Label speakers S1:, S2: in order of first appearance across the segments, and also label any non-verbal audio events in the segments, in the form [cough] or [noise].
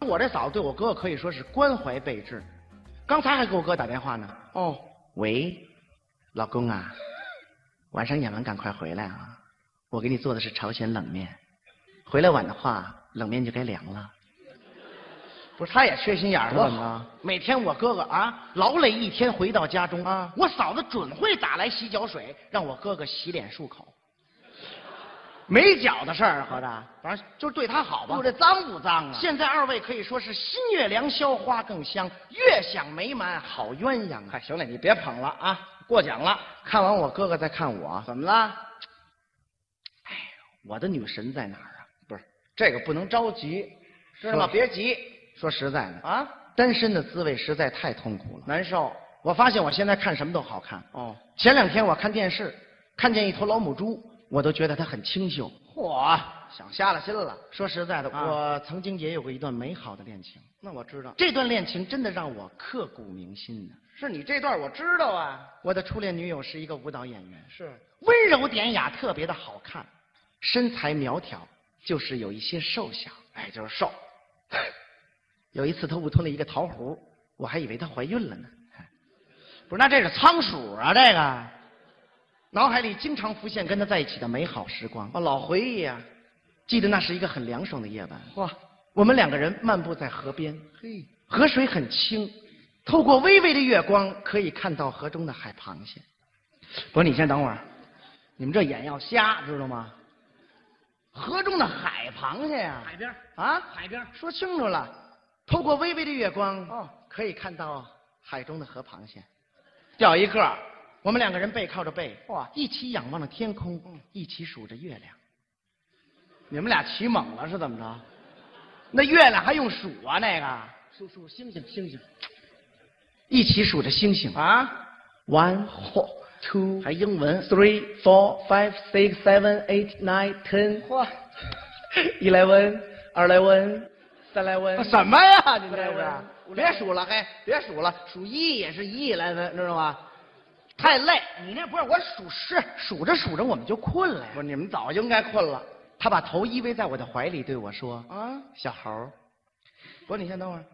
S1: 我这嫂子对我哥可以说是关怀备至，刚才还给我哥打电话呢。哦，喂，老公啊，晚上演完赶快回来啊，我给你做的是朝鲜冷面，回来晚的话冷面就该凉了。 [laughs] 不是，他也缺心眼儿，
S2: 这怎么了？
S1: 每天我哥哥啊劳累一天回到家中啊，我嫂子准会打来洗脚水，让我哥哥洗脸漱口。 [laughs] 没脚的事儿，合着，反正就是对他好吧。
S2: 我这脏不脏啊？
S1: 现在二位可以说是新月良宵花更香，月享美满好鸳鸯啊！行了，你别捧了啊，过奖了。看完我哥哥再看我，啊
S2: 怎么了？
S1: 哎我的女神在哪儿啊？不是，这个不能着急，
S2: 知道吗？别急
S1: 说实在的，
S2: 啊，
S1: 单身的滋味实在太痛苦了。
S2: 难受。
S1: 我发现我现在看什么都好看。
S2: 哦，
S1: 前两天我看电视，看见一头老母猪，我都觉得它很清秀。
S2: 嚯，想瞎了心了。
S1: 说实在的，
S2: 啊
S1: 我曾经也有过一段美好的恋情，
S2: 那我知道，
S1: 这段恋情真的让我刻骨铭心呢、
S2: 是你这段我知道啊。
S1: 我的初恋女友是一个舞蹈演员，
S2: 是，
S1: 温柔典雅，特别的好看，身材苗条，就是有一些瘦 [laughs] 小。
S2: 哎，就是瘦。
S1: 有一次她误吞了一个桃核，我还以为她怀孕了呢。
S2: 不是，那这是仓鼠啊，这个。
S1: 脑海里经常浮现跟她在一起的美好时光，
S2: 哦，老回忆啊。
S1: 记得那是一个很凉爽的夜晚，
S2: 哇，
S1: 我们两个人漫步在河边，
S2: 嘿，
S1: 河水很清，透过微微的月光可以看到河中的海螃蟹。不是，你先等会儿，
S2: 你们这眼要瞎，知道吗？
S1: 河中的海螃蟹呀、
S2: 海边儿
S1: 啊，
S2: 海边儿
S1: 说清楚了，透过微微的月光，
S2: 哦
S1: 可以看到海中的河螃蟹。
S2: 掉一个儿。
S1: 我们两个人背靠着背，
S2: 哇嗯
S1: 一起仰望着天空，一起数着月亮。
S2: 你们俩起猛了是怎么着？那月亮还用数啊？那个
S1: 数数星星，星星，一起数着星星。
S2: 啊，
S1: One, four, two,
S2: 还英文
S1: three, four, five, six, seven, eight, nine, ten,
S2: 嚯，
S1: eleven, eleven,
S2: 那
S1: eleven。
S2: 啊什么呀？你这
S1: 来来
S2: 是啊别数了，嘿，别数了，数一也是一来分，知道吗？太累，
S1: 你那不是我数是数着数着我们就困了呀
S2: 不。是你们早应该困了
S1: 他把头依偎在我的怀里，对我说
S2: 啊？：“
S1: 小猴儿，
S2: 不是，你先等会儿，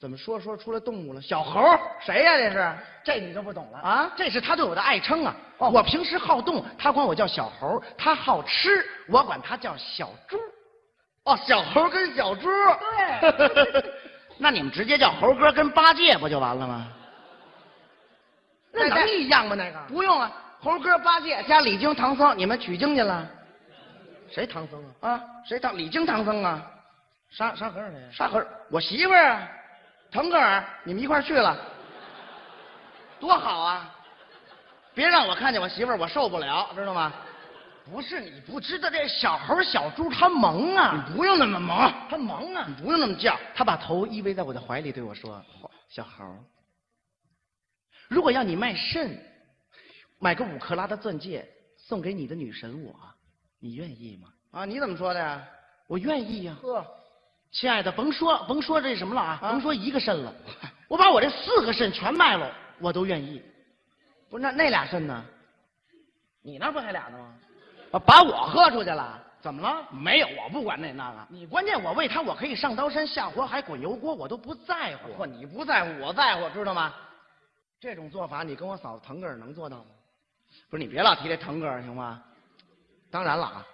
S2: 怎么说说出来动物了？小猴儿谁呀、这是？这你就不懂了
S1: 啊
S2: 啊？，
S1: 这是他对我的爱称啊。
S2: 哦
S1: 我平时好动，他管我叫小猴儿；他好吃，我管他叫小猪。
S2: 哦，小猴儿跟小猪。
S1: [laughs] 对
S2: 那你们直接叫猴哥跟八戒不就完了吗？
S1: 那能
S2: 一样吗？那个不用啊，猴哥、八戒加李菁、唐僧，你们取经去了
S1: 谁唐僧啊？
S2: 啊？谁唐？李菁、唐僧啊？
S1: 沙沙和尚谁？
S2: 沙和尚我媳妇儿啊，腾格尔，你们一块儿去了，多好啊！别让我看见我媳妇儿，我受不了，知道吗？
S1: 不是你不知道，这小猴儿小猪他萌啊，
S2: 你不用那么萌，
S1: 他萌啊
S2: 你。不用那么叫。
S1: 他把头依偎在我的怀里，对我说：“小猴儿，如果要你卖肾，买个五克拉的钻戒送给你的女神我，你愿意吗
S2: 啊，你怎么说的呀？？”
S1: 我愿意啊呀、
S2: 呵，
S1: 亲爱的，甭说甭说这什么了啊，
S2: 啊
S1: 甭说一个肾了，我把我这四个肾全卖了，我都愿意。
S2: 不是那那俩
S1: 肾呢？
S2: 你那不还俩呢吗？
S1: 啊把我喝出去了。
S2: 怎么了？没有，我不管那那个。
S1: 你关键我为他，我可以上刀山下火海滚油锅，我都不在乎。
S2: 嚯，你不在乎，我在乎，知道吗？
S1: 这种做法，你跟我嫂子腾格尔能做到吗？
S2: 不是你别老提这腾格尔行吗？
S1: 当然了啊，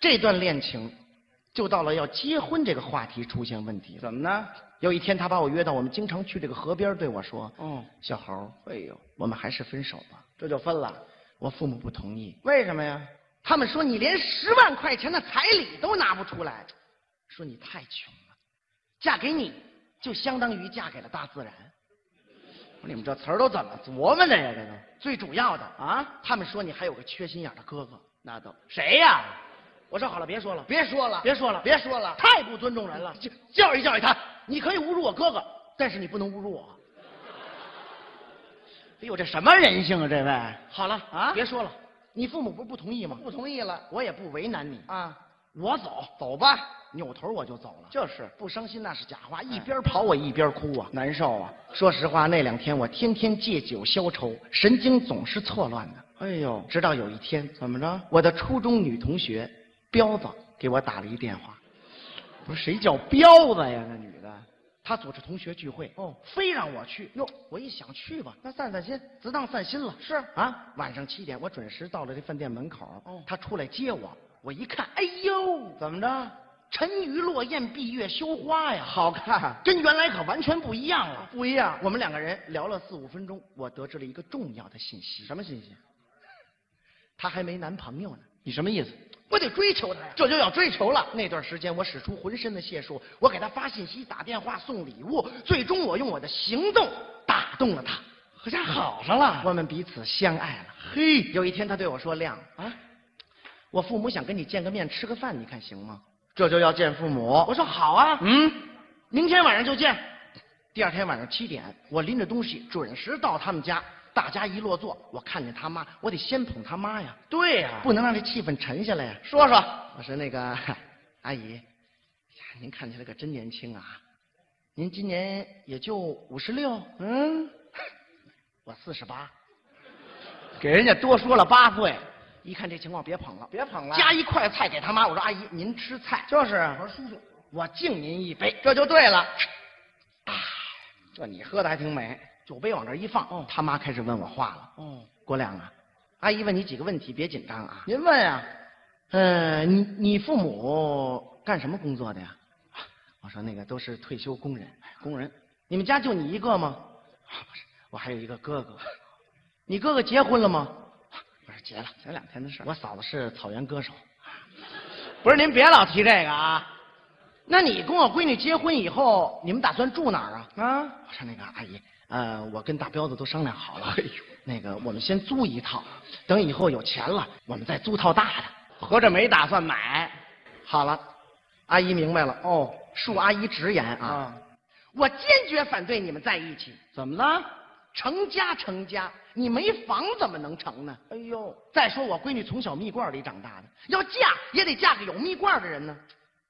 S1: 这段恋情就到了要结婚这个话题出现问题了。
S2: 怎么呢？
S1: 有一天，他把我约到我们经常去这个河边，对我说
S2: 哦，：“
S1: 小猴儿，
S2: 哎呦，
S1: 我们还是分手吧。
S2: 这就分了，”
S1: 我父母不同意，
S2: 为什么呀？
S1: 他们说你连十万块钱的彩礼都拿不出来，说你太穷了，嫁给你就相当于嫁给了大自然。
S2: 不是你们这词儿都怎么琢磨的呀？这都
S1: 最主要的啊，
S2: 啊？
S1: 他们说你还有个缺心眼儿的哥哥。
S2: 那都谁呀、
S1: 我说好了，别说了，
S2: 别说了，
S1: 别说了，
S2: 别说了，
S1: 太不尊重人了。
S2: 就教育教育他。
S1: 你可以侮辱我哥哥，但是你不能侮辱我。
S2: 哎呦，这什么人性啊？这位
S1: 好了
S2: 啊
S1: 别说了，你父母不是不同意吗？
S2: 不同意了
S1: 我也不为难你，
S2: 啊？
S1: 我走，
S2: 走吧，
S1: 扭头我就走了。
S2: 就是
S1: 不伤心那是假话，一边跑我一边哭啊！
S2: 难受啊！
S1: 说实话，那两天我天天借酒消愁，神经总是错乱的。
S2: 哎呦，
S1: 直到有一天，
S2: 怎么着？
S1: 我的初中女同学彪子给我打了一电话，
S2: 不是谁叫彪子呀？那女的
S1: 他组织同学聚会，
S2: 哦
S1: 非让我去。哟，我一想去吧，那散散心，只当散心了。
S2: 是
S1: 啊，晚上七点我准时到了这饭店门口，
S2: 哦
S1: 他出来接我，我一看，哎呦，
S2: 怎么着？
S1: 沉鱼落雁，闭月羞花呀，
S2: 好看，
S1: 跟原来可完全不一样了。
S2: 不一样。
S1: 我们两个人聊了四五分钟，我得知了一个重要的信息，
S2: 什么信息？
S1: 她还没男朋友呢，
S2: 你什么意思？
S1: 我得追求她呀。
S2: 这就要追求了。
S1: 那段时间，我使出浑身的解数，我给她发信息、打电话、送礼物，最终我用我的行动打动了她，
S2: 这下好上了。
S1: 我们彼此相爱了。
S2: 嘿
S1: 有一天，她对我说：“亮，
S2: 啊，
S1: 我父母想跟你见个面，吃个饭，你看行吗
S2: 这就要见父母？”
S1: 我说：“好啊，
S2: 嗯，
S1: 明天晚上就见。”第二天晚上七点，我拎着东西准时到他们家，大家一落座，我看见他妈，我得先捧他妈呀。
S2: 对呀、
S1: 不能让这气氛沉下来呀、
S2: 说说，
S1: 我说那个 [laughs] 阿姨，哎呀，您看起来可真年轻啊，您今年也就五十六，
S2: 嗯，
S1: 我四十八，
S2: 给人家多说了八岁，
S1: 一看这情况别捧了，
S2: 别捧
S1: 夹一块菜给他妈，我说阿姨您吃菜，
S2: 就是啊
S1: 我说叔叔我敬您一杯，哎
S2: 这就对了。
S1: 这你喝的还挺美，酒杯往这儿一放，
S2: 哦
S1: 他妈开始问我话了，
S2: 哦，
S1: 国亮啊，阿姨问你几个问题，别紧张啊，
S2: 您问呀、
S1: 呃，你你父母干什么工作的呀？啊我说那个都是退休工人，哎工人。你们家就你一个吗？啊不是，我还有一个哥哥。你哥哥结婚了吗？啊我说结了，前两天的事儿。我嫂子是草原歌手。
S2: 不是您别老提这个啊
S1: 那你跟我闺女结婚以后，你们打算住哪儿啊？
S2: 啊！
S1: 我说那个阿姨，呃，我跟大彪子都商量好了， [laughs] 哎那个我们先租一套，等以后有钱了，我们再租套大的。
S2: 合着没打算买
S1: 好了，阿姨明白了哦，恕阿姨直言啊，
S2: 啊？
S1: 我坚决反对你们在一起，
S2: 怎么了？
S1: 成家成家，你没房怎么能成呢？
S2: 哎呦，
S1: 再说我闺女从小蜜罐里长大的，要嫁也得嫁给有蜜罐的人呢。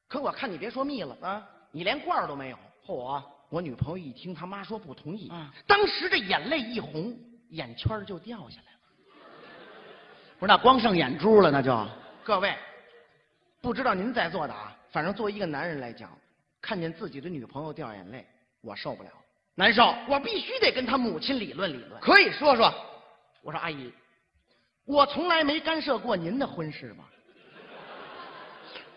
S1: 可我看你别说蜜了，
S2: 啊，
S1: 你连罐儿都没有。
S2: 嚯，
S1: 我女朋友一听他妈说不同意，
S2: 嗯
S1: 当时这眼泪一红，眼圈儿就掉下来了。
S2: 不是那光剩眼珠了，那就
S1: 各位，不知道您在座的啊，反正作为一个男人来讲，看见自己的女朋友掉眼泪，我受不了，
S2: 难受。
S1: 我必须得跟他母亲理论理论。
S2: 可以说说，
S1: 我说阿姨，我从来没干涉过您的婚事吧？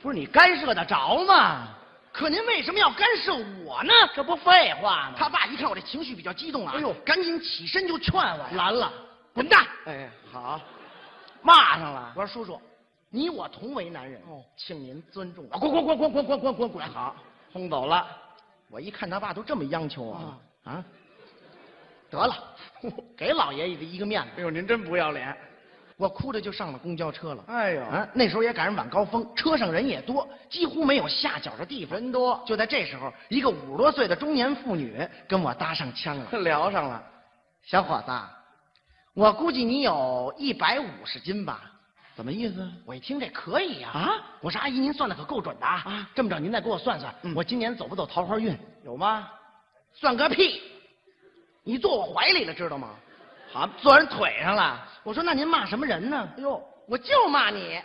S2: 不是你干涉得着吗？
S1: 可您为什么要干涉我呢？
S2: 这不废话吗？
S1: 他爸一看我这情绪比较激动啊，
S2: 哎呦
S1: 赶紧起身就劝我呀，
S2: 拦了，
S1: 滚蛋！
S2: 哎，好，骂上了。
S1: 我说叔叔，你我同为男人，
S2: 哦
S1: 请您尊重我。
S2: 滚滚滚滚滚滚滚滚滚！好，轰走了。
S1: 我一看他爸都这么央求我
S2: 哦
S1: 了啊得了， [laughs] 给老爷爷一个面子。
S2: 哎呦，您真不要脸！
S1: 我哭着就上了公交车了。
S2: 哎呦
S1: 啊，那时候也赶上晚高峰，车上人也多，几乎没有下脚的地方。
S2: 人多。
S1: 就在这时候，一个五十多岁的中年妇女跟我搭上腔了
S2: 聊上了，
S1: 小伙子，我估计你有一百五十斤吧？
S2: 怎么意思？
S1: 我一听这可以呀、
S2: 啊
S1: 我说阿姨，您算的可够准的啊！
S2: 啊
S1: 这么着，您再给我算算，
S2: 嗯
S1: 我今年走不走桃花运？
S2: 有吗？
S1: 算个屁！你坐我怀里了，知道吗？
S2: 好，坐人腿上了。
S1: 我说那您骂什么人呢？
S2: 哎呦，
S1: 我就骂你，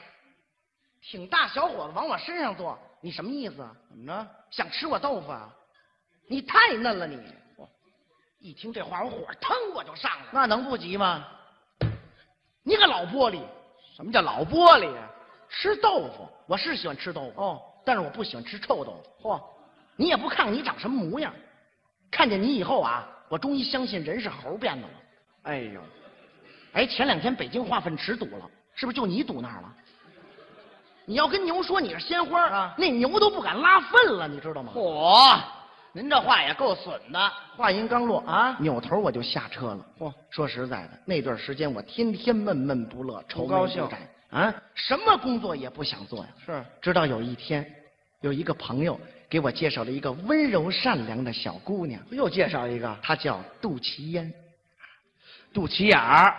S1: 挺大小伙子往我身上坐，你什么意思？啊？
S2: 怎么着？
S1: 想吃我豆腐啊？你太嫩了你！一听这话，我火腾我就上来了。
S2: 那能不急吗？
S1: 你个老玻璃，
S2: 什么叫老玻璃呀？
S1: 啊吃豆腐，我是喜欢吃豆腐，
S2: 哦，
S1: 但是我不喜欢吃臭豆腐。
S2: 嚯，
S1: 你也不看看你长什么模样，看见你以后啊，我终于相信人是猴变的了。
S2: 哎呦，
S1: 哎，前两天北京化粪池堵了，是不是就你堵那儿了？你要跟牛说你是鲜花儿
S2: 啊
S1: 那牛都不敢拉粪了，你知道吗？
S2: 嚯，您这话也够损的。
S1: 话音刚落
S2: 啊
S1: 扭头我就下车了。
S2: 嚯，
S1: 说实在的，那段时间我天天闷闷不乐，愁眉
S2: 不高兴
S1: 不展啊，什么工作也不想做呀。
S2: 是
S1: 直到有一天，有一个朋友给我介绍了一个温柔善良的小姑娘，
S2: 又介绍一个
S1: 她叫杜琪嫣。
S2: 肚脐眼儿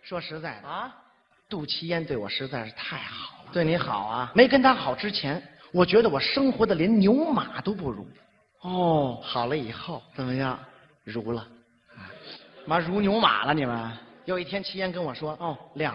S1: 说实在的，
S2: 啊？
S1: 杜琪嫣对我实在是太好了。
S2: 对你好啊？
S1: 没跟她好之前，我觉得我生活的连牛马都不如。
S2: 哦，
S1: 好了以后，
S2: 怎么样？啊
S1: 如了。
S2: 妈如牛马了你们？
S1: 有一天，齐岩跟我说：“
S2: 哦，
S1: 亮，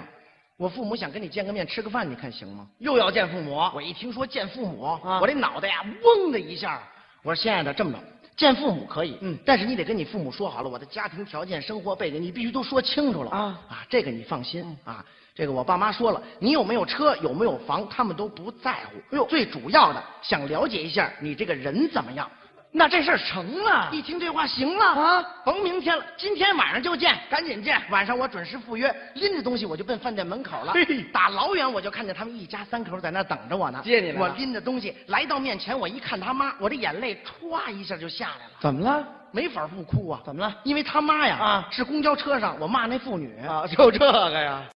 S1: 我父母想跟你见个面，吃个饭，你看行吗
S2: 又要见父母？”
S1: 我一听说见父母，
S2: 啊
S1: 我这脑袋呀、嗡的一下。我说：“亲爱的，这么着，见父母可以，
S2: 嗯
S1: 但是你得跟你父母说好了，我的家庭条件、生活背景，你必须都说清楚了
S2: 啊
S1: 啊，这个你放心、
S2: 嗯
S1: 啊。这个我爸妈说了，你有没有车，有没有房，他们都不在乎。哎呦，最主要的想了解一下你这个人怎么样。
S2: 那这事儿成了
S1: 一听这话，行了
S2: 啊
S1: 甭明天了，今天晚上就见，赶紧见。晚上我准时赴约，拎着东西我就奔饭店门口了
S2: 嘿。
S1: 打老远我就看见他们一家三口在那儿等着我呢。
S2: 接你啊来了
S1: 我拎着东西来到面前，我一看他妈，我这眼泪歘一下就下来了。
S2: 怎么了？
S1: 没法不哭啊！
S2: 怎么了？
S1: 因为他妈呀，
S2: 啊
S1: 是公交车上我骂那妇女
S2: 啊，就这个呀。